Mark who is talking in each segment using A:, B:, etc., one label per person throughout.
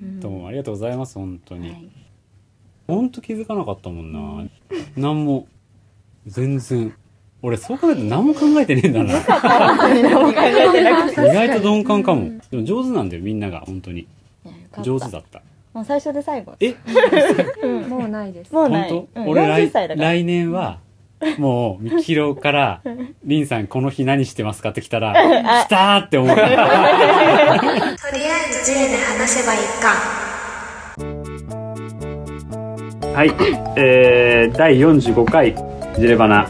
A: うん
B: どうもありがとうございます本当に、
A: はい
B: ほんと気づかなかったもんな、何も全然俺そう考えて何も考えてねえんだな
C: 何も考えてなくて
B: 意外と鈍感かもでも上手なんだよみんなが本当に
A: いやよかった
B: 上手だった
A: もう最初で最後
B: え
A: うん
C: もうないです
A: もうない、
B: 本当、
A: うん
B: 俺
A: 40
B: 来
A: 歳だから
B: 来年はもうみきろから「りんさんこの日何してますか?」って来た ら「来た!」って思うから
D: とりあえず J で話せばいいか
B: はい、えー、第45回「ジレバナ」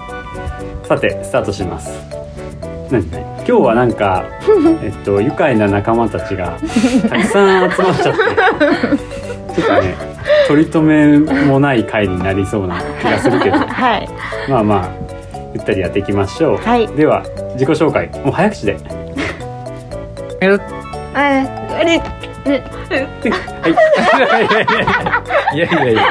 B: さてスタートします何何今日はな んかえっと愉快な仲間たちがたくさん集まっちゃ ってちょっとね取り留めもない回になりそうな気がするけど
A: はい
B: まあまあゆったりやっていきましょう、
A: はい
B: では自己紹介もう早口で
C: あれ
B: はい。いやいやいや。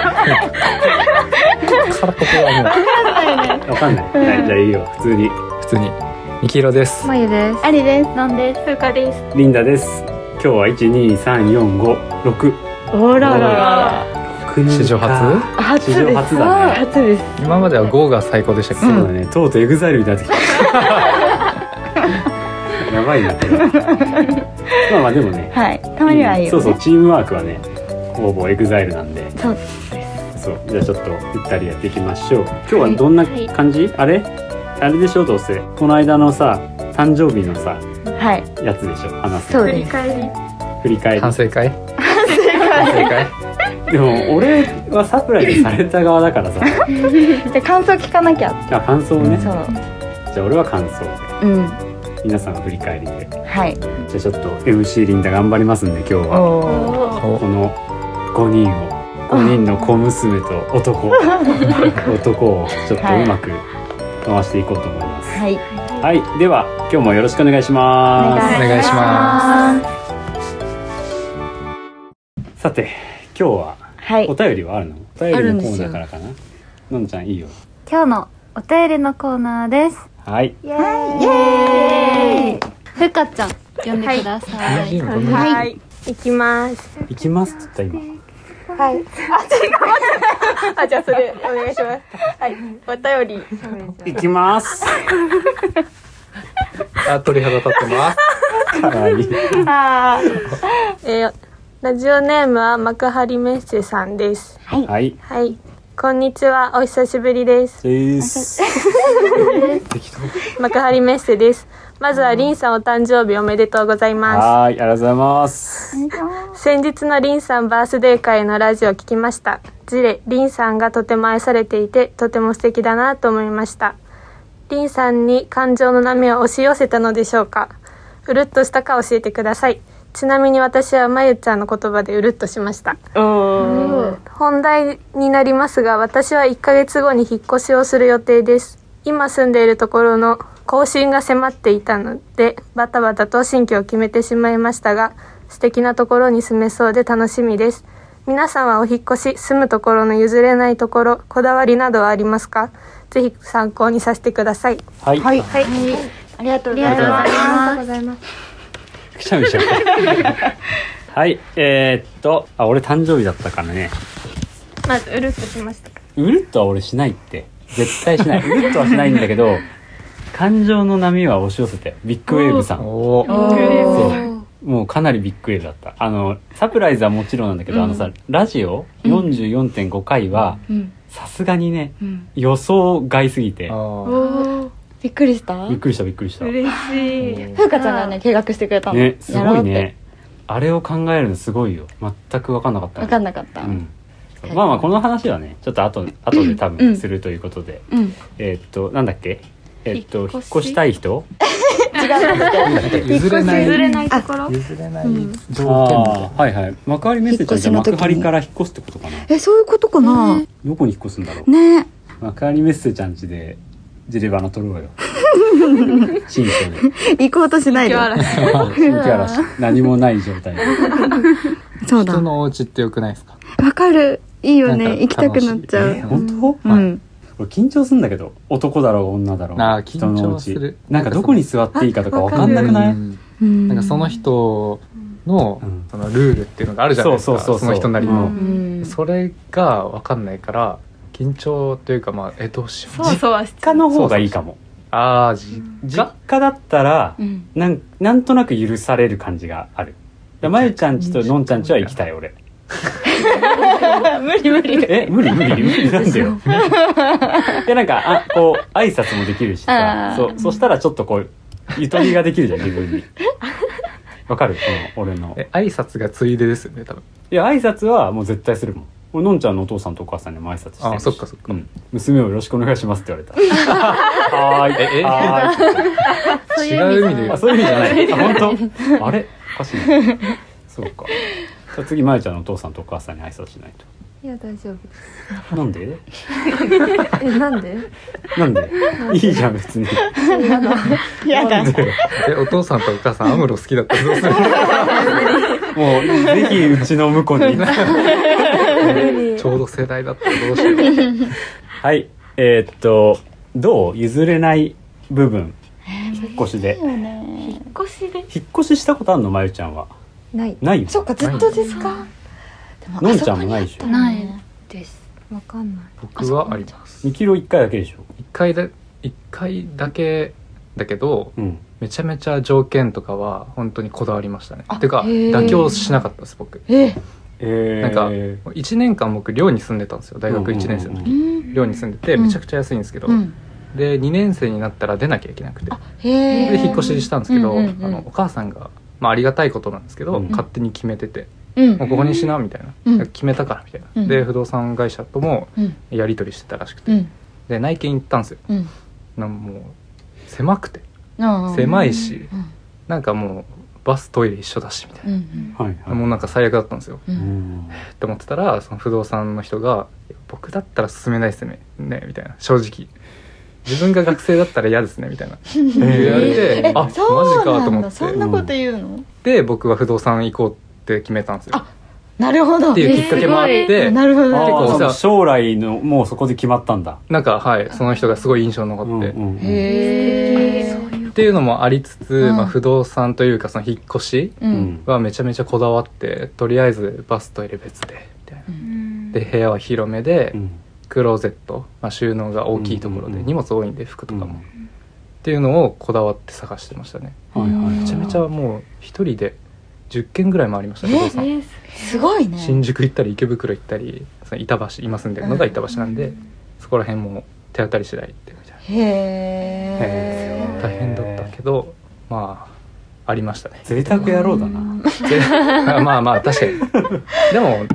E: からここはも
B: わかんない。はい、じゃあいいよ。普通に。
E: う普通に「みきろです」
C: まゆです
A: ありですのんですふうかです
B: リンダです。今日は一二三四五六。
A: おら
B: お
A: ら
B: 国
E: 史上初
A: 初です
B: 史上初だね
A: 初です
E: 今までは5が最高でしたけ
B: そ
E: ど、
B: うだね。とうとうエグザイルみたいになって きた。やばいなこれは。まあまあでもね。
A: はいたまにはいいよ、
B: そ
A: ね
B: うそうチームワークはね、ほぼエグザイルなんで。
A: そう
B: そう。じゃあちょっとゆったりやっていきましょう。今日はどんな感じ？あれ？あれでしょどうせ。この間のさ、誕生日のさ、
A: はい
B: やつでしょ話す。
A: そうです
D: 返り
B: 振り返り。
E: 反省会反省会
B: でも俺はサプライズされた側 だからさ
A: じゃあ感想聞かなきゃ
B: じゃあ感想をね
A: そう
B: じゃあ俺は感想で
A: うん
B: 皆さん振り返りでじゃ
A: はい
B: あちょっと MC リンダ頑張りますんで今日は
A: おー
B: この5人を5人の小娘と 男男をちょっとうまく回していこうと思います
A: はい
B: はい、では今日もよろしくお願いしま
E: お願いします
B: すさて今日は
A: はい
B: お便りはあるのお便
C: ある
B: り
C: ん
B: の
C: で
B: コ
C: す
B: ー
C: よ
B: ナーからかなのんちゃんいいよ
F: 今日のお便りのコーナーです。
B: はい
F: イエーイ。ふかちゃん、
C: 呼んでください、
E: 日本人どんな
C: はい
F: 行きます。
B: 行きますって言った今
C: あじゃあそれお願いしますはいお便り
B: 行き ます
E: あ鳥肌立ってます
B: かわいい
G: えーラジオネームは幕張メッセさんです。
B: はい
G: はい。こんにちは。お久しぶりです。
B: です。
G: 幕張メッセです。まずはリンさんお誕生日おめでとうございま
B: はーい、ありがとうございます。
G: す。先日のリンさんバースデー会のラジオを聞きました。ジレ、リンさんがとても愛されていて、とても素敵だなと思いました。リンさんに感情の波を押し寄せたのでしょうかうるっとしたか教えてください。ちなみに私はまゆちゃんの言葉でうるっとしました。本題になりますが私は1ヶ月後に引っ越しをする予定です今住んでいるところの更新が迫っていたのでバタバタと新居を決めてしまいましたが素敵なところに住めそうで楽しみです皆さんはお引っ越し住むところの譲れないところこだわりなどはありますかぜひ参考にさせてください
B: はい。はい。
A: ありがとうござ
B: あ
A: い
B: りがとうご
A: ま
B: ざいま
G: ございます
B: す。くしゃみしち ゃった。はい、えー、っと、あ、俺誕生日だったからね。
G: まずうるっとしました
B: うるっとは俺しないって。絶対しない。 うるっとはしないんだけど、感情の波は押し寄せて、ビッグウェーブさん。
E: おー
B: そう。もうかなりビッグウェーブだった。あの、サプライズはもちろんなんだけど、あのさ、ラジオ44.5回は、
A: うん
B: さすがにね、
A: うん
B: 予想外すぎて、
E: あ
A: おーびっくりした
B: びっくりしたびっくりした。
E: ー
A: ふうかちゃんがね計画してくれたの
B: ねす
A: やろ
B: ご
A: う
B: い
A: って
B: ねあれを考えるのすごいよ全く分かんなかった
A: 分かん
B: な
A: なかった、
B: うんそう
A: はい
B: まあまあこの話はねちょっと後後で多
A: う
B: 分
A: ん
B: するということで、
A: うん
B: えーっとなんだっけえーっと
G: 引っ
B: 引っ
G: 越し
B: 越したい人
E: 譲れない
G: 譲れないところ
E: 譲れない
B: あ
E: 条件みたい
B: ーはいはい幕張メッセちゃんじゃ
A: 引っ越し
B: 幕
A: の時に
B: 張から引っ越すってことかな
A: えそういうことかな、
B: どこに引っ越すんだろう
A: ね
B: 幕張メッセちゃん家でジレバナ取ろ うよ新居で
A: 行こうとしないで
B: 新居嵐何もない状態で
A: そう
E: な
A: だ
E: 人のお家ってよくないですか
A: わかるいいよ
E: な
A: ね
E: んか
A: 行きたくなっちゃう、
E: 楽しいね
B: 本当、
A: うん
B: 俺緊張するんだけど男だろう女だろう
E: あー
B: 人のう
E: 緊張する
B: ちなんかどこに座っていいかとか分かんなくない
E: うん
A: うん
E: なんかその人の,、
B: うん
E: そのルールっていうのがあるじゃないですか
B: そうそうそうそう
E: の人なり
B: う
H: う
E: の、
H: ん
E: それが分かんないから緊張というかまあえどうしよう
H: そわそわし
B: 家の方がいいかも
E: ああじ
B: 実家だったら
H: うん
B: なんなんとなく許される感じがあるだまゆちゃんちとのんちゃんちは行きたい俺
H: 無理無理
B: え無理無理無理なんで よでなんかあこう挨拶もできるしさ
H: あ
B: そ
H: ー
B: そしたらちょっとこうゆとりができるじゃん自 分にわかるこの俺の
E: え挨拶がついでですよね多分
B: いや挨拶はもう絶対するもん俺のんちゃんのお父さんとお母さんにも挨拶してるし
E: あそっかそっ
B: う
E: か
B: ん娘をよろしくお願いしますって言われた はーい
E: ええ
B: は ーい
F: そういう意
E: 違う意
F: 味
E: 味で
B: あそういう意味じゃないあ本当あれおかしいなそうかじゃあ次まゆちゃんのお父さんとお母さんに挨拶しない
H: いや大丈
B: と
H: 夫
B: なんで
H: えなんで
B: なんでいいじゃん別に
A: やだ
B: なんでよ
E: えお父さんとお母さんアムロ好きだったらどうする
B: もうぜひうちの婿に
E: ちょうど世代だったらどうしよう
B: はいえーっとどう譲れない部分引っ越しで
G: 腰で
B: 引っ越ししたことあんのまゆちゃんは
H: ない
B: ないよ
H: そっかずっとですかでも
B: のんちゃんもないでしょ
F: ないです
H: わかんない
E: 僕はあります
B: 2
E: 一
B: キロ1回だけでしょ
E: 回だ一回だけだけど
B: うん
E: めちゃめちゃ条件とかは本当にこだわりましたねてか
H: へー
E: 妥協しなかったです僕
H: え
B: えー、
E: なんか1年間僕寮に住んでたんですよ大学1年生の時、
H: うん
E: 寮に住んでて
H: うん
E: めちゃくちゃ安いんですけど、
H: うん
E: で2年生になったら出なきゃいけなくて
H: へえ
E: で引っ越ししたんですけど、
H: うんうんうん
E: あのお母さんが、まあ、ありがたいことなんですけど、
B: うん
E: 勝手に決めてて
H: うん
E: もうここにしなみたいな、
H: うん
E: 決めたからみたいな、
H: うん
E: で不動産会社とも
H: うん
E: やり取りしてたらしくて、
H: うん
E: で内見行ったんですよ
H: うん
E: なんもう狭くて
H: ああ
E: 狭いし、
H: うん
E: なんかもうバストイレ一緒だしみたい
H: うんう
E: な、
H: ん
B: はいはい
E: もうなんか最悪だったんですよ
H: う
B: うんん
E: って思ってたらその不動産の人がいや「僕だったら進めないですね」ねみたいな正直自分が学生だったら嫌ですねみたいな言われて、あマジ
H: そう
E: かと
H: なん
E: 思
H: だ
E: っ
H: そ
E: て
H: んなこと言うの
E: で僕は不動産行こうって決めたんですよっ
H: なるほど
E: ていうきっかけもあって、
H: えーなるほど
B: あ
H: なる
B: ー
H: ほ
E: 結構
B: そ
E: さ
B: の将来のもうそこで決まったんだ、
E: なんかはいその人がすごい印象に残って、
B: うんうんうん
H: どへえ
E: っていうのもありつつ、
H: うん
E: まあ、不動産というかその引っ越し
H: う
B: うんん
E: はめちゃめちゃこだわってとりあえずバストイレ別でみたいな。で部屋は広めで、
B: うん
E: クローゼット、まあ、収納が大きいところ
B: うんうん
E: で
B: うん
E: 荷物多いんで服とかも、
B: うん
E: っていうのをこだわって探してましたね
B: はいはいはい
E: めちゃめちゃもう一人で10軒ぐらい回りました
H: え
E: 不動産、
H: すごいね
E: 新宿行ったり池袋行ったりその板橋今住んでるのが板橋なんで、そこら辺も手当たり次第行ってみたいな
H: へえ
E: 大変だったけどまあありましたね
B: 贅沢野郎だな
E: まあまあ確かにでも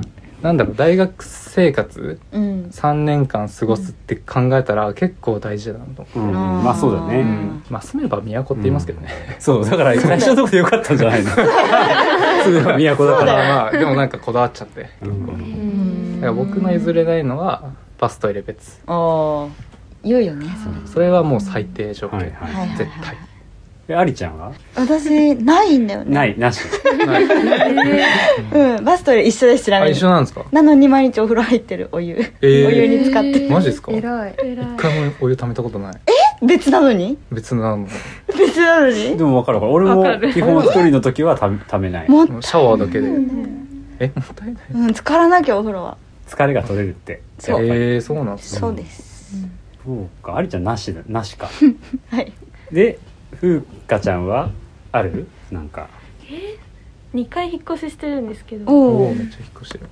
E: なんだろう大学生活
H: うん
E: 3年間過ごすって考えたら結構大事だなと思う
B: うんまあそうだ
H: う
E: う
B: ね
E: ん、まあ住めば都って言いますけどね、
B: そうだから最初のとこでよかったんじゃないの
E: 住めば
B: 都だ
E: だ
B: か
E: かららまあでもなんかこだわっちゃって
B: うん
E: だから僕の譲れないのはバストイレ別
H: ああ言うよねそれ
E: それはもう最低条件、
B: はいはい
H: はいはい
E: 絶対
B: えありちゃんは
H: 私ないんだよね
B: ないなし
H: うんバストイ一緒ですちな
E: あ
H: み
E: 一
H: に
E: 緒なんですか
H: なのに毎日お風呂入ってるお湯
E: えー
H: お湯に使って
E: マジですか一
H: 偉い
E: 回もお湯溜めたことない
H: 別なのに
E: 別なの
H: 別なのに
B: でも分かる分かる俺も基本一人の時はたためない
H: もう
E: もうシャワーだけでえもったいない
H: うん浸からなきゃお風呂は
B: 疲れが取れるって
H: そ
B: や
H: う
B: っぱり
E: えー、そうなんですか
H: そうです
B: そうかありちゃんなしだなしか
H: はい
B: でふうかちゃんはあるなんか
G: 2回引っ越ししてるんですけど
H: お
E: お
H: お
E: ーめっちゃ引っ越してる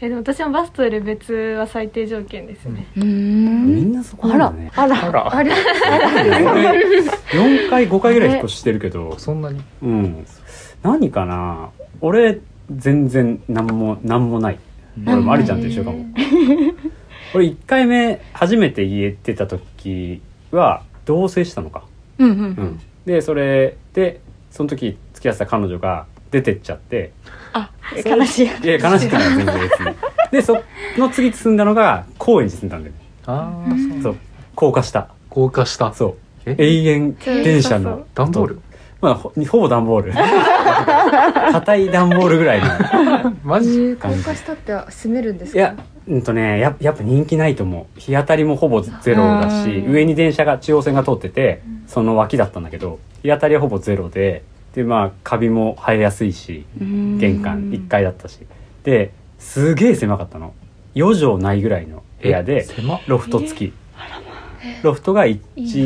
G: えでも私もバストより別は最低条件ですね、
B: みんなそこなんだね
H: あ
E: あ
H: ら
E: ら
B: 4回5回ぐらい引っ越ししてるけど
E: そんなに
B: うん何かな俺全然何も何もない俺もありちゃんと一緒かも 俺1回目初めて家出た時は同棲したのか
H: うんうん
B: うん、でそれでその時付き合ってた彼女が出てっちゃって
H: 悲し
B: い
H: い
B: や悲しくない全然別にでその次住んだのが高円寺住んだんだよね
E: ああそう
B: そう高架下
E: 高架した
B: そう
E: え
B: 永遠電車
G: そうそ
B: の
G: う
E: 段ボール
B: まあほほぼ段ボール硬い段ボールぐらいの
E: マジ
B: 感じ
H: したって住めるんで
B: いやうんとねややっぱ人気ないと思う日当たりもほぼゼロだし
H: うん
B: 上に電車が中央線が通っててその脇だったんだけど日当たりはほぼゼロででまあカビも生えやすいし玄関1階だったしですげえ狭かったの4畳ないぐらいの部屋
E: え
B: で
E: 狭っ
B: ロフト付きロフトが1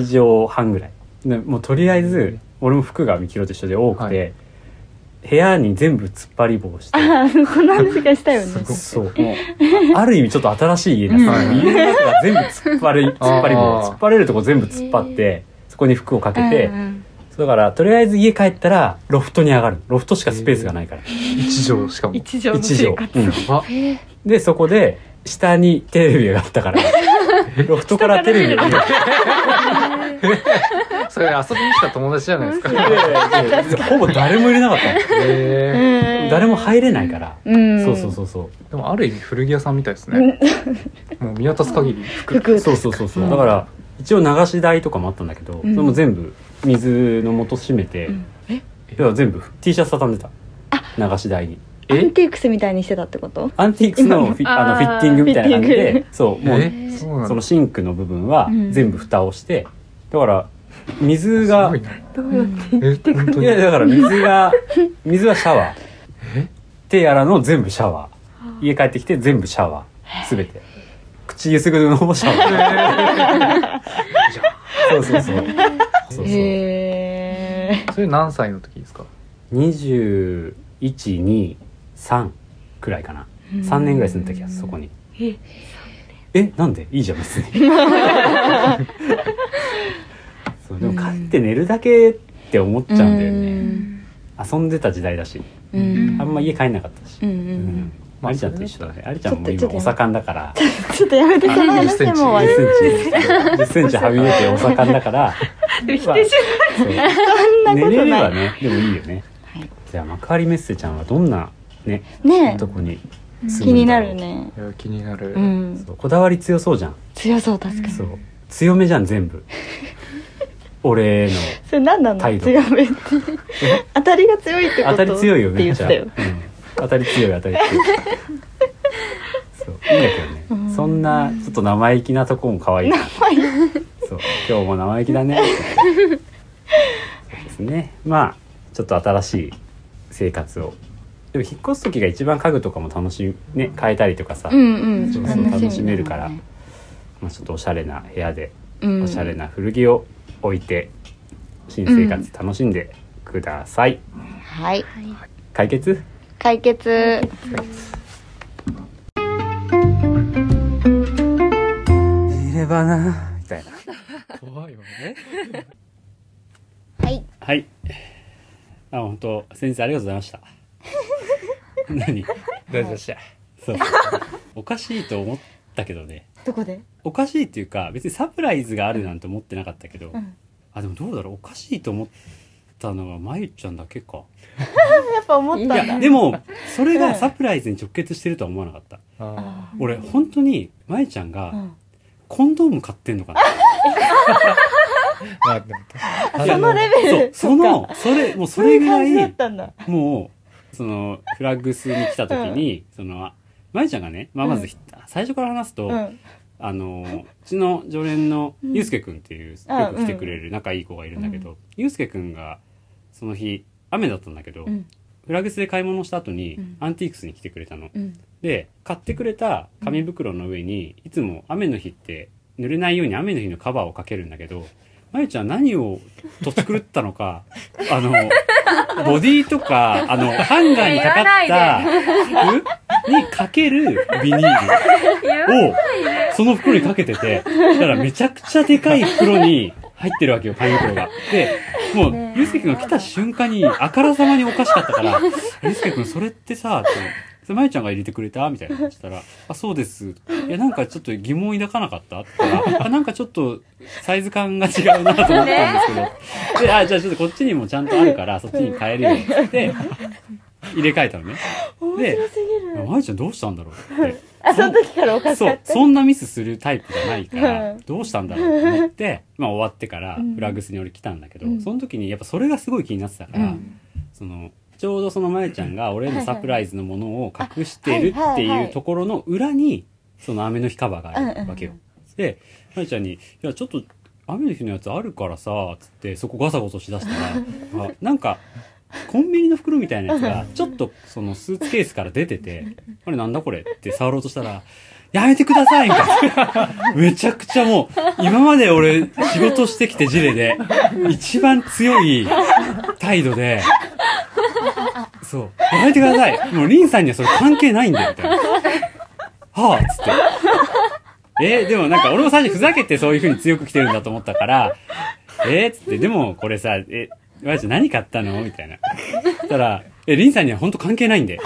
B: 畳半ぐらいでもうとりあえず俺も服がミキロと一緒で多くて、
E: は
B: 部屋に全部突っ張り棒して
A: こんな話がしたよね。
B: そうもうあある意味ちょっと新しい家だった
E: うん
B: 家の中が全部突っ張り突っ張り棒
E: あー
B: 突っ張れるとこ全部突っ張ってそこに服をかけて、
A: うん
B: だからとりあえず家帰ったらロフトに上がるロフトしかスペースがないから、
E: 一畳しかも
A: 一条の
B: 一
A: 生
B: 畳
A: 活。
B: うん
E: あ
B: でそこで下にテレビがあったからロフトからテレビが見えて
E: それ遊びに来た友達じゃないですか
B: ほぼ誰もいれなかったの
E: え
B: 誰も入れないから、
A: うん。
B: そうそうそうそう
E: ーでもある意味古着屋さんみたいですねもう見渡す限り服
A: 服
B: そうそうそうそうだから一応流し台とかもあったんだけど、
A: ん
B: それも全部水の元閉めて、
A: ん
B: 要は全部 T シャツ畳んでた流し台に
A: アンティークスみたいにしてたってこと？
B: アンティークスのフィあのフィッティングみたいな感じ
A: フィッティ
B: でそうもう
E: えそうな
B: その
E: の
B: シンクの部分は
A: うん
B: 全部蓋をして、だから水
E: す
B: が
E: ごいなえ本当
B: い
E: に
B: やだから 水が水はシャワー手洗うの全部シャワー家帰ってきて全部シャワーすべて口ゆすぐるのもシャワーそうそうそうそうそう
A: へ
E: それ何歳の時ですか
B: 2123くらいかな3年ぐらい住んでた気がするそこにえなんでいいじゃん別 にそうでも帰って寝るだけって思っちゃうんだよね遊んでた時代だし
A: うん
B: あんま家帰んなかったし
A: うんう
B: うん
A: ん。
E: まあ
B: アリちゃんと一緒だね。アリちゃんも今お盛んだから、
A: ちょっとやめてその話でも終わる。
B: 10センチ、10センチはみ出てお盛んだ から、否定しない。そんなことない。寝れればね、でもいいよね。じゃあ幕張メッセちゃんはどんなね、
A: ね
B: とこに
H: 気
B: 住む
H: に
B: んだ
H: な
B: ろう
H: る。ね
E: いや気になる、
A: うん。
B: そうこだわり強そうじゃん。
A: 強そう確かに。
B: そう強めじゃん全 部。俺の
H: それ何なの
B: 態度
H: 強めって当たりが強いってこと
B: 当たり強いよ
H: って
B: め
H: 言
B: っ
H: っ
B: ちゃ
H: たよ
B: うん当たり強い当たり 強いそういいんだけどね、そんなちょっと生意気なとこも可愛いそう今日も生意気だねそうですねまあちょっと新しい生活をでも引っ越す時が一番家具とかも楽しみね変えたりとかさ、
A: うんうん。
B: そうそう楽しめるから、まあ、ちょっとおしゃれな部屋で
A: うん。
B: おしゃれな古着を置いて新生活楽しんでください、
A: はい。
B: 解決
A: 解決。
B: 入れ花みたいな
E: 怖いわね
A: はい。
B: はいあ本当先生ありがとうございました 何
E: 大丈夫でした
B: そうおかしいと思ったけどね
H: どこで
B: おかしいっていうか別にサプライズがあるなんて思ってなかったけど、
H: ん
B: あでもどうだろうおかしいと思ったのはまゆちゃんだけか
H: やっぱ思っ
B: い
H: た
B: やでもそれがサプライズに直結してるとは思わなかった、
E: あ
B: 俺本当にまゆちゃんが、
H: ん
B: コンドーム買ってんのかな
E: ーまあでも確かに
H: そのレベル
B: そうそのそれもうそれぐら
H: そういう感じだ
B: い
H: ったんだ
B: もうそのフラッグスに来た時に、そのまゆちゃんがね、まあ、まずひ、最初から話すと、
H: うん
B: あのうちの常連のゆうすけくんっていう、
H: あ
B: よく来てくれる仲いい子がいるんだけど、ゆうすけくんがその日雨だったんだけど、
A: ん
B: フラグスで買い物した後に、
A: うん
B: アンティークスに来てくれたの。
A: うん
B: で買ってくれた紙袋の上に、いつも雨の日って濡れないように雨の日のカバーをかけるんだけどまゆちゃん何をとち狂ったのか あのボディとかあのハンガーにかかった服にかけるビニール。をその袋にかけてて、だからめちゃくちゃでかい袋に入ってるわけよ、紙袋が。で、もう、ゆうすけくんが来た瞬間に、あからさまにおかしかったから、ゆうすけくんそれってさ、って、それまゆちゃんが入れてくれたみたいな話したら、あ、そうです。いや、なんかちょっと疑問抱かなかったって言ったら、あ、なんかちょっとサイズ感が違うなと思ったんですけど、で、あ、じゃあちょっとこっちにもちゃんとあるから、そっちに変えるよって言って、入れ替えたのね。で、まゆちゃんどうしたんだろうって。
H: あその時からおかし
B: そ
H: かっ
B: う、そんなミスするタイプじゃないから、
H: うん
B: どうしたんだろうと思って、まあ終わってからフラグスに俺来たんだけど、
A: うん
B: その時にやっぱそれがすごい気になってたから、
A: うん
B: その、ちょうどそのまゆちゃんが俺のサプライズのものを隠してる
H: あ
B: っ
H: は
B: て
H: いはいはい
B: いうところの裏に、その雨の日カバーがあるわけよ。で、まゆちゃんに、いや、ちょっと雨の日のやつあるからさ、つってそこガサゴサしだしたら、あなんか、コンビニの袋みたいなやつが、ちょっとそのスーツケースから出てて、あれなんだこれって触ろうとしたら、やめてくださいみたいな。 めちゃくちゃもう、今まで俺仕事してきてジレで、一番強い態度で、そう、やめてください。もうリンさんにはそれ関係ないんだよ、みたいな。はあ、つって。 えーでもなんか俺も最初ふざけてそういう風に強く来てるんだと思ったから、えー、つって、でもこれさ、え、わじ何買ったのみたいな。そしたら、え、リンさんには本当関係ないんで、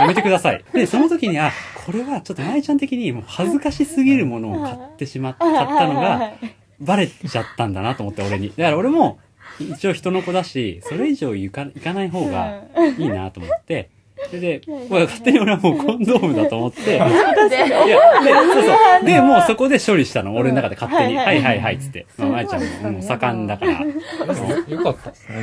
B: やめてください。で、その時に、あ、これはちょっと舞ちゃん的にもう恥ずかしすぎるものを買ってしまっ、買ったのが、バレちゃったんだなと思って俺に。だから俺も、一応人の子だし、それ以上行か行かない方がいいなと思って、それで、まあ勝手に俺はもうコンドームだと思って、いや、で、そうそう。で、もうそこで処理したの、俺の中で勝手に、はいはいはいっつって、まあ、舞ちゃんももう盛んだから、
E: よかったですね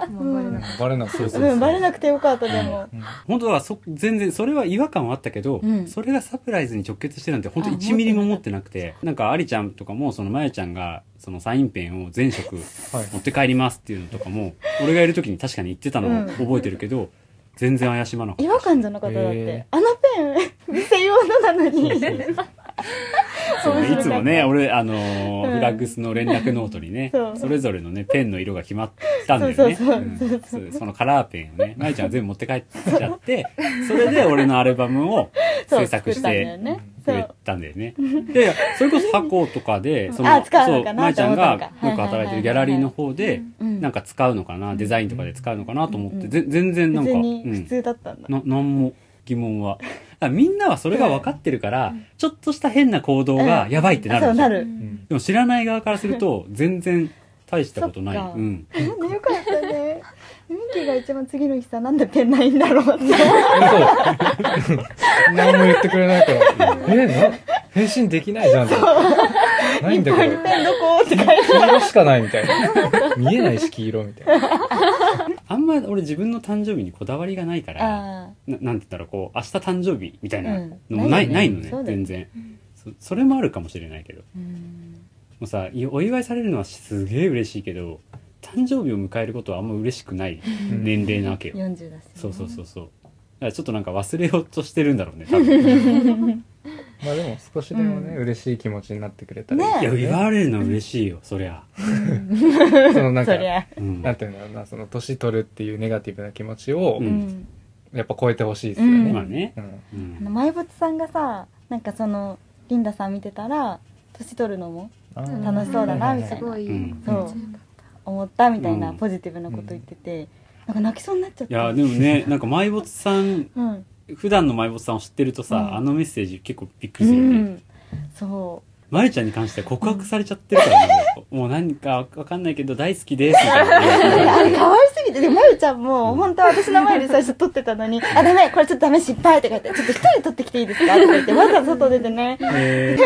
E: 逆にバレなくて
B: そう
H: うん、バレなくてよかったでも、
B: 本当はそ全然それは違和感はあったけど、
A: うん
B: それがサプライズに直結してるなんて本当1ミリも持ってなくてなんかありちゃんとかもそのまやちゃんがそのサインペンを全色
E: はい
B: 持って帰りますっていうのとかも俺がいる時に確かに言ってたの
H: う
B: を
H: ん
B: 覚えてるけど全然怪しまなかっ
H: 違和感じゃなかっただって、
E: へ
H: あのペン店用のなのに
B: たそうね
H: 面
B: い
H: 白かった
B: つもね俺あのー
H: うん
B: フラッグスの連絡ノートにね
H: そう
B: それぞれのねペンの色が決まったんだよね
H: そうそうそう
B: うん そうそのカラーペンを ねまやちゃんが全部持って帰っちゃってそれで俺のアルバムを
H: そう
B: 制作し
H: 作ってたんだよね
B: くれたんだよね。で、それこそ箱とかで、そ
H: あ
B: の、
H: 使う
B: そ
H: の
B: う、
H: か
B: ま
H: な
B: えちゃん
H: と思っ
B: が
H: たのか
B: よく働いてるギャラリーの方で、
A: うん
B: なんか使うのかな、デザインとかで使うのかなと思っ
H: う
B: て、
H: ん
B: ぜ全然なんか、
H: 別
B: う
H: に普
B: ん、
H: 通だったんだ、
B: な、なんも疑問は。だからみんなはそれが分かってるから、ちょっとした変な行動が
H: うん
B: やばいってな
H: あそ
B: る
H: う
B: じゃ。
H: なんる
E: うん
B: でも知らない側からすると、全然大したことない。
H: そっか
B: うん。
H: なんでよかったねミッキーが一番次の日さなんでペンないんだろうって
E: そう何も言ってくれないから「えな返信できないじゃん」ないんだけど
H: ペンどこって書い
E: 黄色しかないみたい な見えないし黄色みたいな
B: あんま俺自分の誕生日にこだわりがないから、
H: あ
B: ななんて言ったらこう明日誕生日みたいな
H: うん
B: のもない,、な
H: ないい
B: の
H: よね
B: ね
H: そうだよ
B: 全然、そそれもあるかもしれないけどもうさいお祝いされるのはすげえ嬉しいけど誕生日を迎えることはあんま嬉しくない年齢なわけよ、
H: 40だし
B: そうそうそうそうだからちょっとなんか忘れようとしてるんだろうね多 分
E: まあでも少しでもね、嬉しい気持ちになってくれたり、
H: ね
B: いや祝われるのは嬉しいよそりゃ、
E: そのなん
H: そ
E: か
H: りゃ
B: うん
E: なんていうんだろうなその年取るっていうネガティブな気持ちを、
B: う
H: うんん
E: やっぱ超えてほしいですよね、
B: まあね、
E: うん
B: う
H: あの
B: ん、
H: 埋没さんがさなんかそのリンダさん見てたら年取るのも
E: あー
H: 楽しそうだな
E: う
H: み
E: ん
H: た
F: す
H: いな、
F: ごい、
B: うん
H: そう思ったみたいな
B: うん
H: ポジティブなこと言ってて、なんか泣きそうになっちゃっ
B: い
H: た
B: やでもねなんか埋没さん
H: うん、
B: 普段の埋没さんを知ってるとさ、
H: うん
B: あのメッセージ結構びっく
H: う
B: りするよね、
H: ん、そ
B: まゆちゃんに関しては告白されちゃってるからね、もう何かわかんないけど大好きですみ
H: ういや
B: た
H: あ
B: い
H: れ
B: な。
H: 可愛すぎてでまゆちゃんも
B: うん
H: 本当は私の前で最初撮ってたのに「あダメこれちょっとダメ失敗」って書いて「ちょっと一人撮ってきていいですか?」って言ってわざわざ外出てね
B: え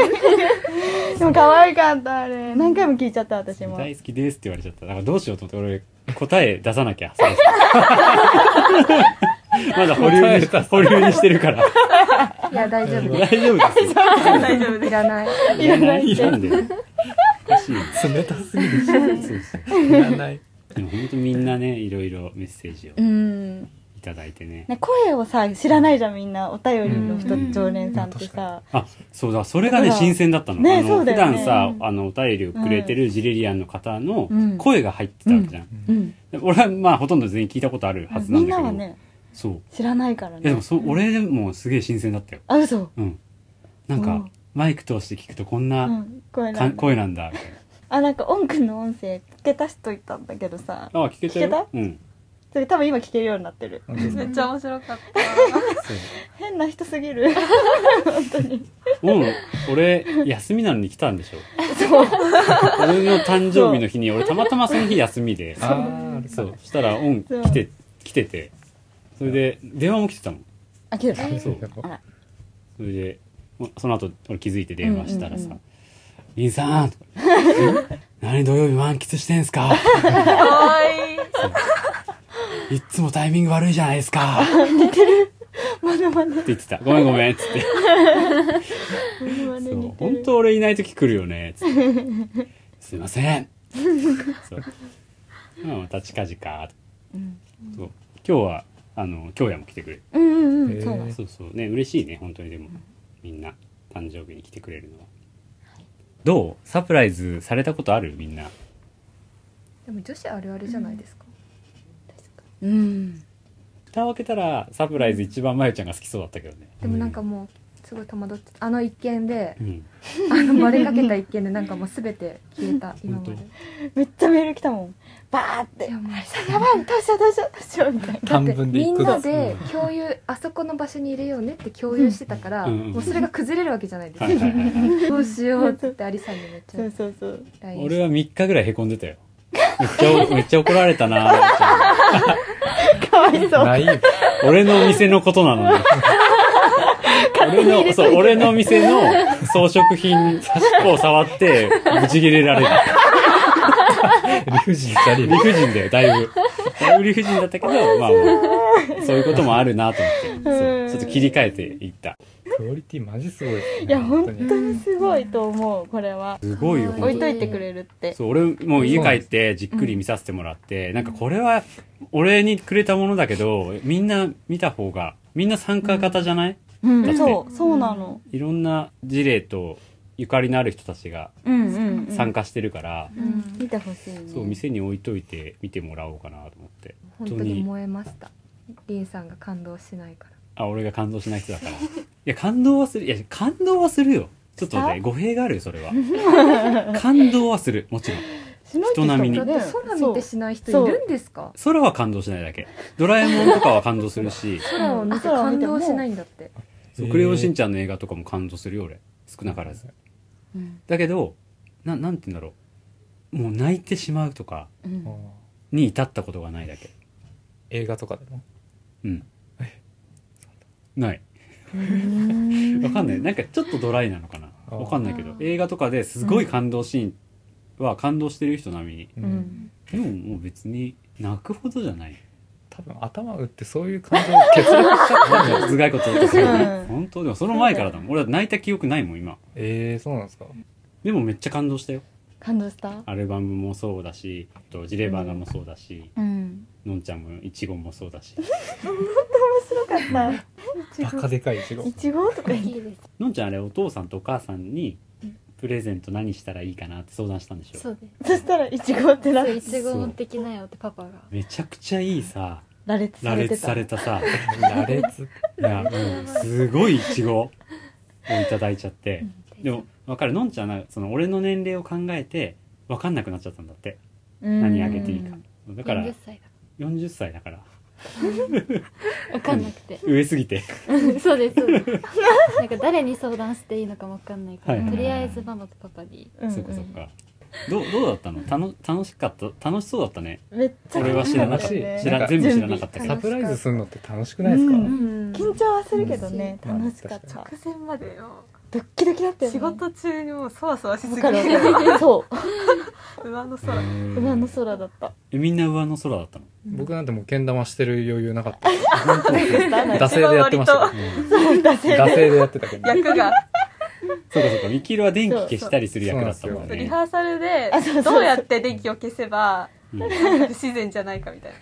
H: でも可愛かったあれ何回も聞いちゃった私
B: ー
H: も
B: 大好きですって言われちゃった。だからどうしようと思って俺答え出さなきゃ。そうそうまだ保留に保留にしてるから。
F: いや大丈夫
B: 大丈夫ですよ。
G: 大丈夫
F: いらない
B: いらない。いらんで。おかしいな。
E: 冷たすぎる
B: そうそう。
E: いらない
B: でも本当みんなね、いろいろメッセージを
H: うん
B: いただいてね。
H: ね声をさ知らないじゃんみんなお便りの人、
B: うん
H: 常連さんってさ、
B: あ、そうだ、それがね、
H: だから
B: 新鮮だったの。
H: ね
B: あの
H: そう
B: 普
H: だよ
B: 段
H: ね
B: さ、あの、お便りをくれてるジレリアンの方の
A: うん
B: 声が入ってたわけじゃん。
A: うん
B: で俺はまあほとんど全員聞いたことあるはずな
H: み
B: ん
H: ん
B: だ
H: な
B: けど、
H: はね
B: そうい
H: 知らないから
B: やで
H: ね
B: もそ、俺でもすげえ新鮮だったよ
H: あ嘘
B: うんなん
H: う
B: か
H: ん
B: マイク通して聞くとこん
H: う
B: な、
H: ん声
B: か、
H: なんんだ
B: 声なんだみたい
H: あなんかオンくんの音声付け足しといたんだけどさ
B: なあ聞けちゃうよ
H: 聞
B: うん
H: それ多分今聞けるようになってる
G: めっちゃ面白かっ
H: 変な人すぎる本当に
B: もう俺休みなのに来たんでしょ そう俺の誕生日の日に俺たまたまその日休みで
E: あーあれか
B: そうそしたらオン
H: そう
B: 来て来ててそれで電話も来てたもん
H: あ切れた
B: そう
H: あら
B: それでまその後俺気づいて電話したら
H: うんうん
B: さ
H: う
B: 「リンさんとかえ何土曜日満喫してんすか?」
G: たかわいい
B: いっつもタイミング悪いじゃないですか。
H: まだまだ
B: って言ってた。ごめんごめん、つって。そう。本当俺いない時来るよね、つって。すいません。そう。まあまた近々。そう今日はあの京也も来てくれて
H: うんうんう
E: へ
H: ん
E: ー
H: そうなんです
B: そうそうね嬉しいね本当にでもみんな誕生日に来てくれるのはどうサプライズされたことあるみんな
F: でも女子あるあるじゃないですか。
H: うん
B: 蓋を開けたらサプライズ一番まゆちゃんが好きそうだったけどね
F: でもなんかもうすごい戸惑ってあの一件で
B: うん
F: あのバレかけた一件でなんかもうすべて消えた今まで。
H: めっちゃメール来たもんバーって
F: いやもう
H: やばいどうしようどうしようどうしようみたいな
F: だって
E: 短文で
F: み
E: 一
F: ん
E: 個
F: な
E: だ
F: で共有あそこの場所に入れようねって共有してたから、
B: うんうん
F: もうそれが崩れるわけじゃないですか、
B: はいはいはいはい
F: どうしようっつってアリさんにめっちゃ
H: そうそうそう
F: LINE
B: 俺は3日ぐらいへこんでたよめっち ゃめっちゃ怒られたなまゆちゃん
H: かわいそう
E: ないよ
B: 俺のお店のことなのに。俺の、そう、俺の店の装飾品を触って、ぶち切れられる。
E: 理不尽じゃねえ
B: 理
E: よ
B: 不尽だよ、だいぶ。だいぶ理不尽だったけど、まあまあ、そういうこともあるなと思って、そうちょっと切り替えていった。
E: クオリティマジすごいですね
H: いや本当にすごいと思うこれは
B: すごいよ、
H: 置
B: 本
H: い
B: 当
H: といてくれるって
B: そう、俺もう家帰ってじっくり見させてもらって、なんかこれは、俺にくれたものだけど、みんな見た方が、みんな参加型じゃない、
H: うんそうそうなの
B: いろんな事例とゆかりのある人たちが
H: うんうんうん
B: 参加してるから、
F: うん
H: 見てほしいね
B: そう店に置いといて見てもらおうかなと思って
F: 本当に燃えましたリンさんが感動しないから
B: あ俺が感動しない人 だからいや感動はするいや感動はするよちょっとね語弊があるよそれは感動はするもちろん
H: しないって
B: 人並み
H: も
B: に
F: だって
H: ね
F: 空見てしない人いるんですか
B: 空は感動しないだけドラえもんとかは感動する し
F: 空を見て
H: 空を見
F: 感
H: ても
F: 動しないんだって
B: そうクレヨンしんちゃんの映画とかも感動するよ俺少なからず
H: うん
B: だけどななんて言うんだろうもう泣いてしまうとか
H: うん
E: あー
B: に至ったことがないだけ
E: 映画とかでも
B: うんないわかんないなんかちょっとドライなのかな
E: あー
B: わかんないけど映画とかですごい感動シーンは感動してる人並みに
E: うん
B: でももう別に泣くほどじゃない
E: 多分頭打ってそういう感情を欠 落しちゃったんじゃな
B: 頭
E: い
B: 蓋骨折ったから
H: う
B: ね
H: ん
B: 本当でもその前からだもん俺は泣いた記憶ないもん今
E: ええそうなんですか
B: でもめっちゃ感動したよ
H: 感動した
B: アルバムもそうだしあとジレバナもそうだし、
H: うん
B: のんちゃんもいちごもそうだし
H: よかったい
E: バカでかいイチゴ
H: ちごとか言って
B: のんちゃんあれお父さんとお母さんにプレゼント何したらいいかなって相談したんでしょ
I: そうです
H: そしたらいちごってな
I: そういちご持ってきなよってパパが
B: めちゃくちゃいいさ
H: 羅列さ
B: 羅
H: れ
B: 列
H: て
B: さ
H: た
B: れたさ
E: 羅列
B: いや、うん、すごいイチゴをいただいちゃって、でも分かるのんちゃんはその俺の年齢を考えて分かんなくなっちゃったんだって何あげていいかだから
I: 40歳だか
B: 40歳だから
I: ら分かんなくて
B: 上すぎて
I: そうですそうですなんか誰に相談していいのかも分かんないから、
B: はいはいはい
I: とりあえずママとパパに
H: うん
B: そっかそっかどうどうだったのたの楽しかった楽しそうだったね
H: めっちゃ
B: 俺は知らなかった
E: 楽しい
B: 知ら全部知らなかったけど
E: サプライズするのって楽しくないですか、
H: うん
G: うん
H: 緊張はするけどね
E: うん
H: 楽しかった
G: 直前までよ
H: ドッキドキだったよね
G: 仕事中にもうそわそわしすぎ
H: わ
G: て
H: かるわかるそう
G: 上の空
H: 上の空だった
B: えみんな上の空だったの
E: 僕なんてもうけん玉してる余裕な かった惰
G: 一
E: 性
G: 番
E: でやってま
G: 割
E: したよ
G: と
E: 惰性でやってたけど
G: 役が
B: そうかそうかみきるは電気消したりする役だったもん
E: そうそう
G: リ
B: ね
G: ハーサルで
H: そうそう
G: どうやって電気を消せば
B: うん
G: 不自然じゃないかみたいな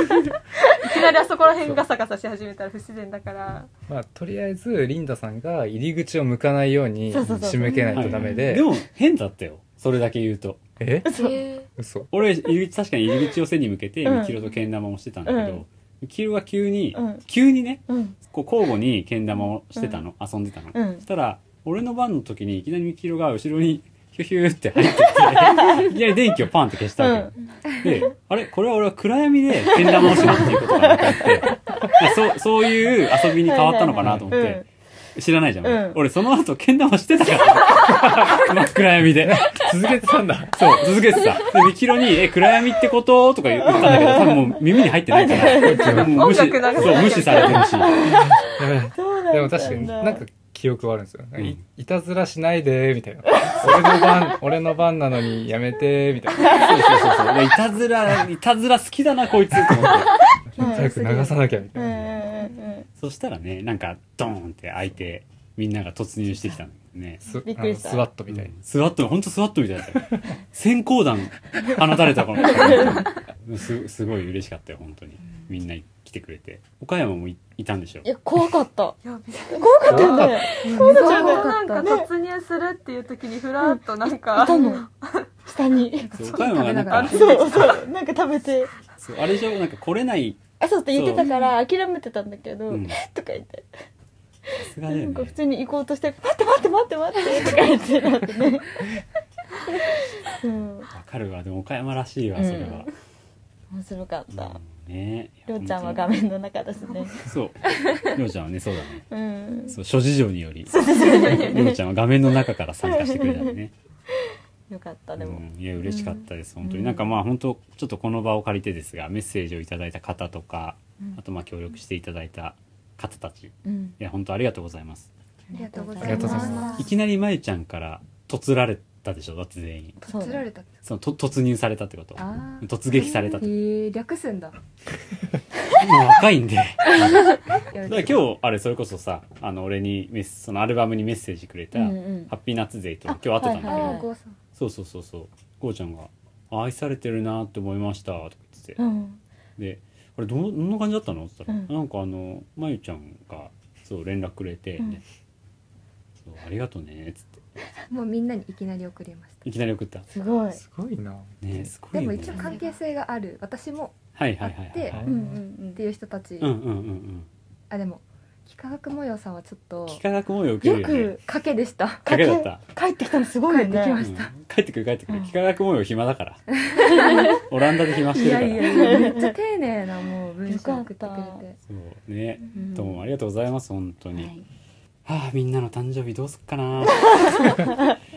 G: いきなりあそこら辺ガサガサし始めたら不自然だから
E: まあとりあえずリンダさんが入り口を向かないように
H: そうそうそう
E: 仕向けないとダメで、
B: はいでも変だったよそれだけ言うと
E: え
H: そう
E: 嘘
B: 俺入り口確かに入り口を背に向けて
H: うん
B: みきるとけん玉をしてたんだけ
H: う
B: どみきるは急に、
H: うん
B: 急にね
H: うん
B: こう交互にけん玉をしてたの、遊んでたの、
H: うん
B: そしたら俺の番の時にいきなりみきるが後ろにヒュヒュって入ってきていきなり電気をパンって消したわけよ、であれこれは俺は暗闇でけん玉をしなっていうことが分かってまあそうそういう遊びに変わったのかなと思って、
H: はいはいはい
B: 知らないじゃん、
H: うん
B: 俺その後けん玉してたから 真っ暗闇で
E: 続けてたんだ
B: そう、続けてた。で、ミキロに、え、暗闇ってこととか言ったんだけど、多分もう耳に入ってないから、もう無視、
G: 音楽流さなきゃ
B: そう、無視されてるし。
E: やばい
H: そうだった
E: でも確かになんか記憶はあるんですよ、
B: ん
E: いいたずらしないでみたいな俺の番俺の番なのにやめてみたいな
B: そ うそうそうそう。でいたずら、いたずら好きだな、こいつ、と思って。
E: 早く流さなきゃみ
H: う
E: た
H: んう
E: い
H: んう
E: な、
H: ん
B: そしたらね、なんか、ドーンって開いて、みんなが突入してきたんだけどね。
E: す
H: びっくりした
E: あのスワットみ
B: み
E: た
B: た
E: い
B: い
E: な
B: な。スワット、ほんとスワットみたいだったよ。閃光弾放たれたから。すすごい嬉しかったよ、本当に。みんな来てくれて。岡山もいいたんでしょ
H: いや、怖かった。
G: やべ
H: 怖かったよね。怖かった
G: そう
H: よね。
G: なんか突入するっていう時にふらっとなんか
H: いたの。下に。
B: そう岡山がなんか、
H: そうそう。なんか食べて。
B: そうあれでしょ、なんか来れない。
H: あ、そうって言ってたから諦めてたんだけど、
B: うん
H: とか言って。
B: さすがだ
H: な
B: よ
H: んか
B: ね
H: 普。通に行こうとして、待って待って待って待ってとか言ってなってね。うん。
B: わかるわ。でも岡山らしいわ、それは。
H: 面白かった。
B: うんねい
H: りょ
B: や
H: うちゃん
B: 本
H: は
B: 当
H: 画
B: に
H: 面の中ですね。
B: そう。りょうちゃんはね、そうだね。
H: うん。
B: そう、諸事情により。りょうちゃんは画面の中から参加してくれたのね。
H: よかった、でも。
B: うん、いや嬉しかったです、本当になんかまあ本当ちょっとこの場を借りてですがメッセージをいただいた方とか、あとまあ協力していただいた方たちい
H: うん。
B: や本当ありがとうございます
F: ありがとうござ
E: ありがとうございま
B: いきなりまゆちゃんから突られたでしょだって全員
H: そうだ
F: 釣られたへ
B: そのと突入されたってこと
F: あー
B: 突撃されたって
F: え略すんだ
B: 今若いん でだ
F: や
B: から今日あれそれこそさあの俺にメスそのアルバムにメッセージくれた「
H: うん
B: ハ
H: うん
B: ッピーナッツデイ」と今日会ってたんだけど、
H: はいはい
F: ああ郷さん
B: そうそうそうそうこうちゃんが「愛されてるなって思いました」とか言ってて
H: うん。
B: で「あれどんどんな感じだったの?」って言ったら、
H: う
B: なんかあのまゆちゃんがそう連絡くれて、
H: うん
B: そうありがとうね」っつっ
F: もうみんなにいきなり送りまして
B: いきなり送った
H: すごい。
E: すごいな
B: ねえすご
F: たで
B: いよ
F: も
B: ね
F: 一応関係性がある私も
B: はいはいはいはい
F: で
E: は
H: う
E: い
H: んうん
F: っ
H: う
F: ていう人たち、
B: うんうんうんうん
F: あでも幾何学模様さんはちょっと
B: 幾何学模様受
H: ん。
B: け
H: よ
B: るよね
H: く、
F: 賭けでした
B: 賭けだった
H: 帰ってきたのすごいよ
F: 帰ってきま
H: ね
F: し。
B: うん帰ってくる帰ってくる幾何学模様暇だからオランダで暇して
F: い
B: るか
F: や
B: ら
F: いやいやめっちゃ丁寧なもう文章送ってくれ
H: よかって
B: そうね
H: うん
B: どうもありがとうございます本当に、
A: はい
B: はあみんなの誕生日どうすっかな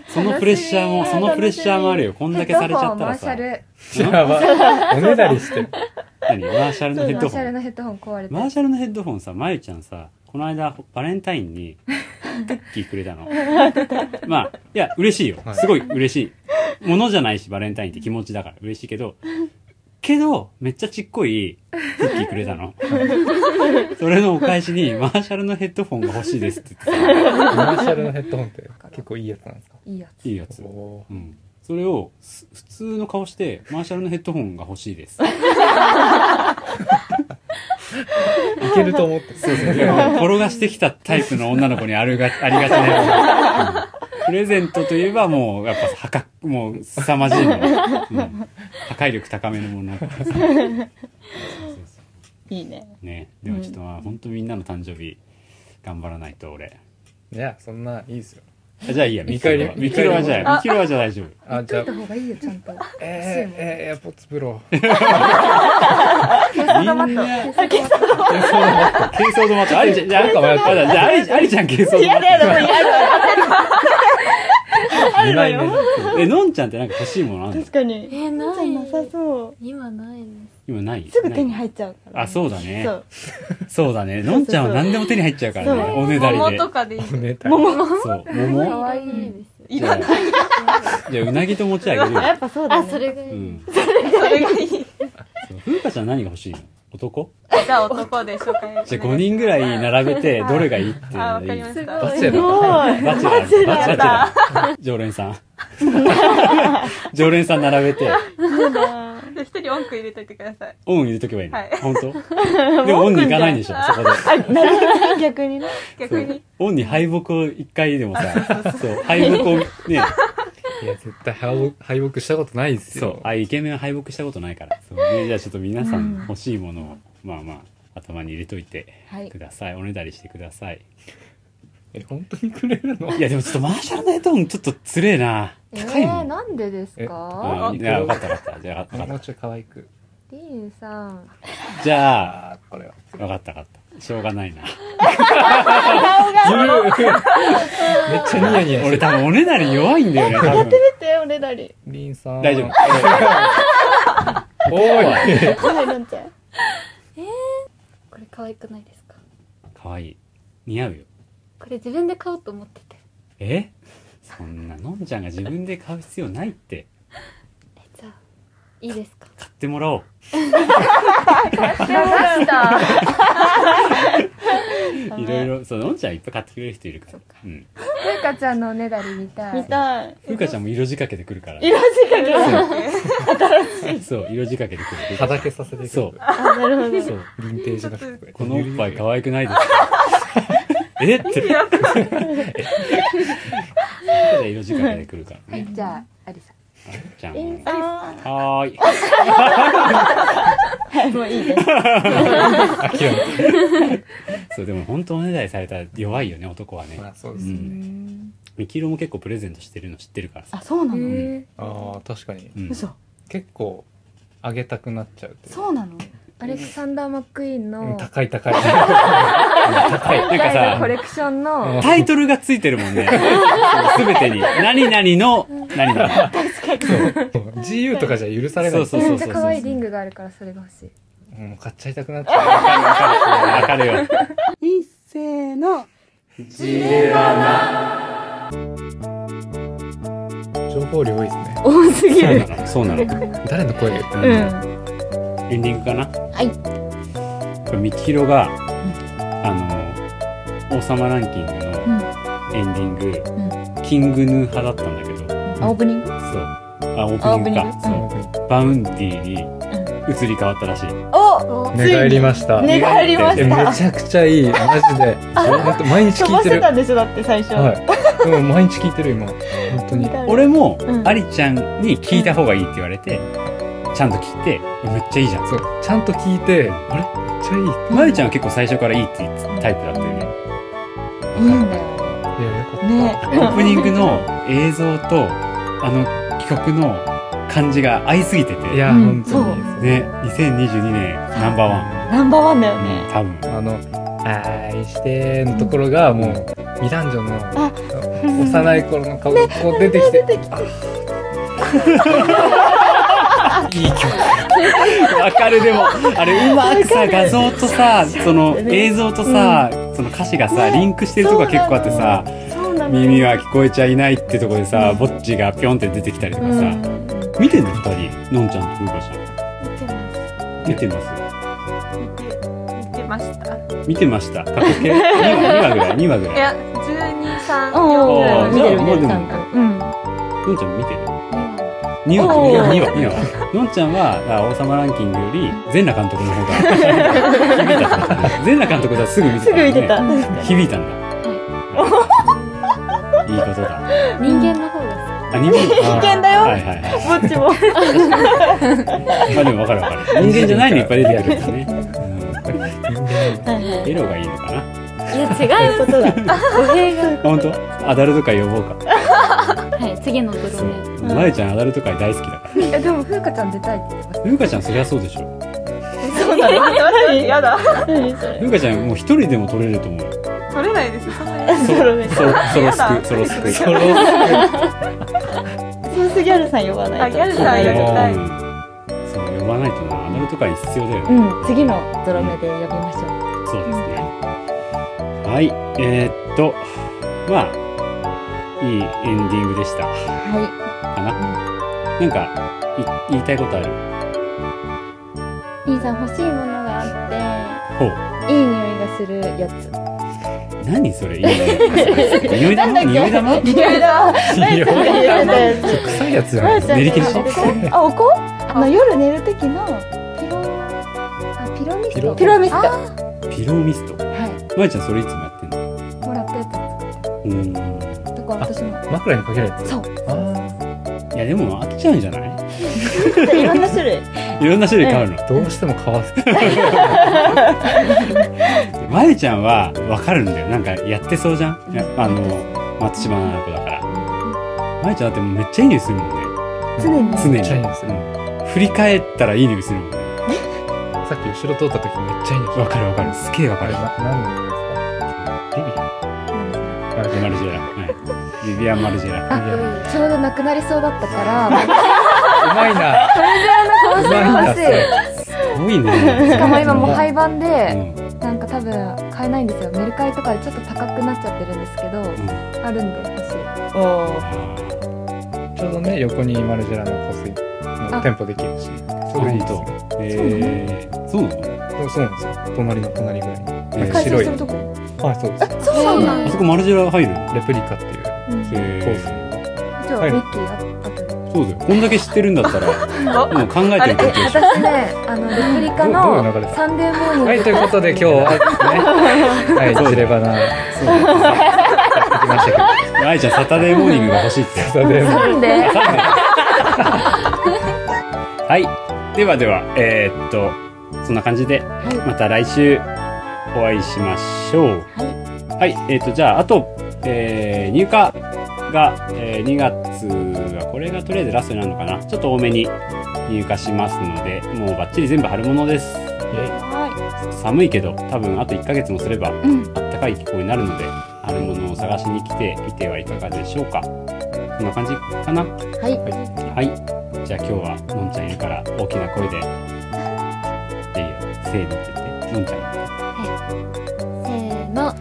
B: そのプレッシャーもそのプレッシャーもあるよこんだけされちゃったらさ
F: ヘッ
E: やばいおねだ りしてる
B: 何マーシャルのヘ
F: ド
B: ッド
F: ホンマーシ
B: ホ
F: ャル
B: ン
F: のヘッドホン壊れて
B: マーシャルのヘッドホンさまゆちゃんさこの間バレンタインにクッキーくれたのまあいや嬉しいよ
E: はい
B: すごい嬉しいものじゃないしバレンタインって気持ちだから嬉しいけどけどめっちゃちっこいクッキーくれたのそれのお返しにマーシャルのヘッドホンが欲しいですって言って
E: マーシャルのヘッドホンって結構いいやつなんですか
F: いいや
B: たいいやつ
E: おー
B: うんそれをす普通の顔してマーシャルのヘッドホンが欲しいです
E: いけると思ってそう
B: いや転がしてきたタイプの女の子にあるが、ありがちなやつ。うんプレゼントといえばもう、やっぱ破格、もう凄まじいの、うん破壊力高めのもの。そうそうそうそ
H: いいね。
B: うね。でもちょっとまあ、本当みんなの誕生日、頑張らないと俺。
E: いやそんないいですよ
B: あじゃあいいや、ミキロは。ミ
E: 見
B: キ
E: 返
B: ロ
E: り
B: はじゃあ、ミキロはじゃあ大丈夫。
E: あじゃ
F: つい
E: あ
F: た方がいいよちゃんと
E: えー、えー、エアポッツプロ い
B: みんな、軽装止まった。軽装止まった。ありちゃん、じゃあ、じゃあ、ありありちゃん軽装止ま
H: や
B: っ
H: だやだ、もう
B: た。
H: やだ。
E: 二枚目
B: え、のんちゃんってなんか欲しいものあるの
H: 確かに。
I: えな
H: じゃなさ
I: い
H: そう。
I: 今ないです
B: 今ない
H: すぐ手に入っちゃうから。
B: あ、そうだね。
H: そう。
B: そうだね。のんちゃんは何でも手に入っちゃうからね。
H: そう
B: おねだり
G: 桃
B: で。
G: とかでいい
E: おねだり
B: そう。桃
I: 可愛いですよ
B: いらない。じゃあ、うなぎと持ち上げるよ。
H: やっぱそうだ
I: あ
H: ね。
I: それがいうい
B: ん。
G: それがいいじ
B: そう風花ちゃん何が欲しいの男
G: ゃあ男で紹介
B: じゃあ、5人ぐらい並べて、どれがいいっていう
G: あわ
B: の
G: か
B: でい
G: り
B: い
G: ま。
B: バ
G: し
E: バ
G: た
B: チェラー。バチ
H: す ごい。
E: チェラ
B: ェ
H: バチェ
B: ラ
H: ラ
B: ー。常連 さん。常連さん並べて、
G: で一人音符入れといてください
B: オン入れとけばいいの
G: はい。
B: 本当でも、オンに行かないんでしょ、そこで。
H: 逆にね。
G: 逆
B: そう
G: に。
B: オンに敗北を一回でもさ、そう、敗北を、ね、
E: いや絶対敗北敗北したことないです
B: そう
E: よ。
B: あ、イケメン敗北したことないから。そう ね。じゃあちょっと皆さん欲しいものを、まあまあ、頭に入れといて
H: はい
B: ください。おねだりしてください。
E: え本当にくれるの
B: いや、でもちょっとマーシャルのヘッドホンちょっとつれえな。
F: え
B: 高いもん。
F: ー、なんでですか
B: うんいや、わかったわかった。じゃあ、わかった
E: も
B: わか
E: うちょい可愛く
F: リンさん
B: った。じゃあ、
E: あーこれは
B: わかったわかった。しょうがないな。
E: めっちゃニヤニヤして
B: 俺多分おねだり弱いんだよね、多分。
H: 見て、おねだり。
E: リンさん
B: 大丈 夫
E: おい
H: はい、なんちゃん。
I: これ可愛くないですか
B: かわいい。似合うよ。
I: これ自分で買おうと思ってて
B: えそんな、のんちゃんが自分で買う必要ないって。
I: じゃあいいですか
B: 買ってもらおう。 いろいろ、そう、のんちゃんいっぱい買ってくれる人いるから。うん。
F: ゆうかちゃんのおねだり見たい。
H: 見たい。
B: ふうかちゃんも色仕掛けてくるから。
H: 色仕掛け
B: そう、色仕掛けてくる。
E: はだけさせて
B: そ
H: あ、なるほ
B: う。
H: ど。
B: そう。
E: うヴィンテージの服
B: このおっぱい可愛くないですかえって。ふうかちゃん色仕掛けてくるからね。
F: じゃあ、ありさん。
B: あじゃん。
H: あ
B: はーい。
H: ーもういいです。
B: そう、でも本当おねだりされたら弱いよね、男はね。
E: まあそう
B: う
E: ですね、
B: ん。みきろも結構プレゼントしてるの知ってるからさ
H: あ、。そうなの
B: ん
E: ああ確かに
B: うん
H: 嘘。
E: 結構上げたくなっちゃうという
H: そうなの
G: アレクサンダー・マックイーン
E: うん
G: の
E: 高 い高い
B: はい、なんか
G: 大のコ
B: さ、
G: レクションの
B: タイトルがついてるもん ね。すべてに。何々の、何々。
E: そう GU とかじゃ許されな
B: そそう
E: いう
G: め
B: そ
G: っ
B: う
G: ち
B: そう。
G: ゃ可愛いリングがあるからそれが欲しい
E: もう買っちゃいたくなっちゃう
B: わかるよ。
H: いっせーの。
E: 情報量多いですね
H: 多すぎる。
B: そうなの。そうなの。
E: 誰の声
H: う
E: が
H: ん。
B: エンディングかなはい。これ、みきひろが、あの、王様ランキングのエンディング、キングヌー派だったんだけど、そう。
H: あオープニング
B: あ、オープニング
H: あオー
B: か。そう。バウンディに移り変わったらしい。
H: お
E: 寝返りました
H: 寝返りま
E: え
H: し
E: め
H: た。
E: ちゃくちゃいいマ ジで本当毎
H: 飛
E: 日聞い
H: ばしてて
E: る
H: たんでしょだって最初。
E: はいでも毎日聞いてる今本当に
B: 俺も
H: う、ん
B: ありちゃんに聞いた方がいいって言われて、ちゃんと聞いて、めっちゃいいじゃん。
E: そうちゃんと聞いてあれめっちゃいい
B: まゆちゃんは結構最初からいいって言ってタイプだったよね。
H: いいんだよ。
E: いやよかった、
H: ね
B: オープニングの映像と、あの曲の感じが合いすぎてて。
E: いや、
H: うん
E: 本当に
B: ね、2022年ナンバーワ
H: ナンバーワンだよ
B: ン。
H: ね。
B: 多分。
E: あの「愛して」のところがもう二男女の
H: あ
E: 幼い頃の顔がこう出てきて
B: わかる、でも、あれ、うまくさ、画像とさ、その映像とさ、その歌詞がさ、リンクしてるとこが結構あってさ、
H: そうなの。
B: 耳は聞こえちゃいないってとこでさ、ぼっちがぴょんって出てきたりとかさ、見てんの二人のんちゃんとふうかちゃん見てます
C: 見てました。い
B: 見てました過去形 2, 話ぐらい2話ぐらい
G: や12、3、
H: お
B: あー
H: ー見てる
B: じゃあ
H: 見
B: もうで
H: てる
B: も
H: ちゃんと。うん。
B: のんちゃん見てる2話
H: おー
B: 2話2話のんちゃんはあ王様ランキングより全裸監督の方が響いたってことね全裸監督だすぐ見て
H: す
B: た、ね、
H: ぐ見てた。
B: 響いたんだいいことだ
I: 人間の方が
B: あ人間
H: 人間だよ
B: はいはいはい
H: ぼっちも。
B: まあでもわかるわかる人間じゃないのいっぱい出てくるからね、うん、エロがいいのかな
I: 好きいや違う
H: そうだ。
I: 語弊が
B: あ本当アダルト界呼ぼうか
I: はい次のドロ
B: そう
I: ー
B: まゆちゃんアダルト界大好きだから
F: え、でも、ふうかちゃん出たいって言ってま
B: ふうかちゃんそりゃそうでしょ
H: そうなの。何やだ。何それ。
B: ふうかちゃんもう一人でも取れると思うよ
C: 取れないです。そんなに。
B: そ
H: ソロね
B: そソロ
C: や
B: ス
C: だ
B: クソロスク
E: それを
H: ソースギャルさん呼ばない
C: あギ
H: と。
C: ャルさんやりたい。
B: うんそう呼ばないとなアダルト界必要だよね、
H: うん。次のドラマで呼びましょう。
B: そうですねはいえー、っとまあいいエンディングでした
H: は
B: かななんかい言いたいことある
H: い。兄さん欲しいものがあ
B: ほう
H: って、いい匂いがするやつ。
B: 何それいい ね匂い
H: なんだ
B: 玉
H: っけ
B: 匂い玉
H: 匂いだ。
E: いいよ
H: や
E: 臭いやつじゃない
H: つ。
B: 練り消し
H: あ、おこ？あの夜寝る時のピロあピロミス
E: ピロ
H: ト。ピロミスト。は
B: ピローミスト
H: い。
B: まゆちゃんそれいつもやってんの
F: す。もらったやつ。
B: うん
H: とか私も。
E: 枕にかけるやつ
H: そう。
E: あー
B: いやでも飽きちゃうんじゃない
H: いろんな種類。
B: いろんな種類買うの、
E: どうしても買わせて
B: まゆちゃんはわかるんだよなんかやってそうじゃん、やあの松島菜々子だからまゆちゃんだってもうめっちゃいい匂いするもんね
H: 常に。
B: 常に
E: めっちゃいい匂いする
B: うん振り返ったらいい匂いするもんね
E: さっき後ろ通った時めっちゃいい匂い
B: わかるわかるすげえわ
E: あ
B: か
E: れ
B: る
E: な何の匂いですか
B: マルジェラ、はい、ビビアン・マルジェラ
E: あう
F: あ、ちょうどなくなりそうだったから、
E: まいな
F: そう
E: う
F: す
E: まいな
F: る
E: そ
F: しい
E: れ
B: すごいね
F: しかも今もう廃盤
B: う
F: で、
B: んうん
F: なんか多分買えないんですよ。メルカリとかでちょっと高くなっちゃってるんですけど、あるんで欲しい。
H: おお。
B: あー
E: ちょうどね横にマルジェラの香水のそう店舗できるしそれいいですね
B: とえー、そうなの
E: そうそうなんですよ隣の隣ぐらいに
B: え
E: 開催
B: 白
E: する
B: い
E: とはいそうです
B: ああそこマルジェラ入るの
E: レプリカっていう
B: え
E: コース
B: ー
F: じゃあ、
E: はい
F: ミッキーあ、あと。
B: そうだよこんだけ知ってるんだったらもう考えてるだけ
F: え
B: でしょ
F: 私ね、あの、レプリカ
E: どどういう流れ
F: の
E: だ
F: サンデーモーニング。
E: はいということで今日は ですねはいジレバナやってきましたけど
B: 愛ちゃんサタデーモーニングが欲しいって
E: それでも
F: なんで
B: はい。ではでは、えーっと、そんな感じで、また来週お会いしましょう。はい。えーっと、じゃあ、あと、えー入荷が、えー2月は、これがとりあえずラストになるのかな。ちょっと多めに入荷しますので、もうバッチリ全部春物です。寒いけど、多分あと1ヶ月もすれば、あったかい気候になるので、春物を探しに来てみてはいかがでしょうか。こんな感じかな。はい。じゃあ今日はのんちゃんいるから大きな声で。いいよ。せーのって言って。のんちゃん。
I: せーの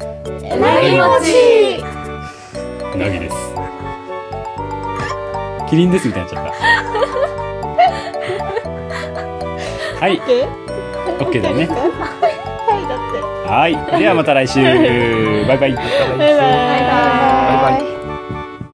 B: うなぎ餅うなぎです。 キリンですみたいになっちゃった。はい。オッケーだよね。はい、ではまた来週。バイバイ。
H: バイバイ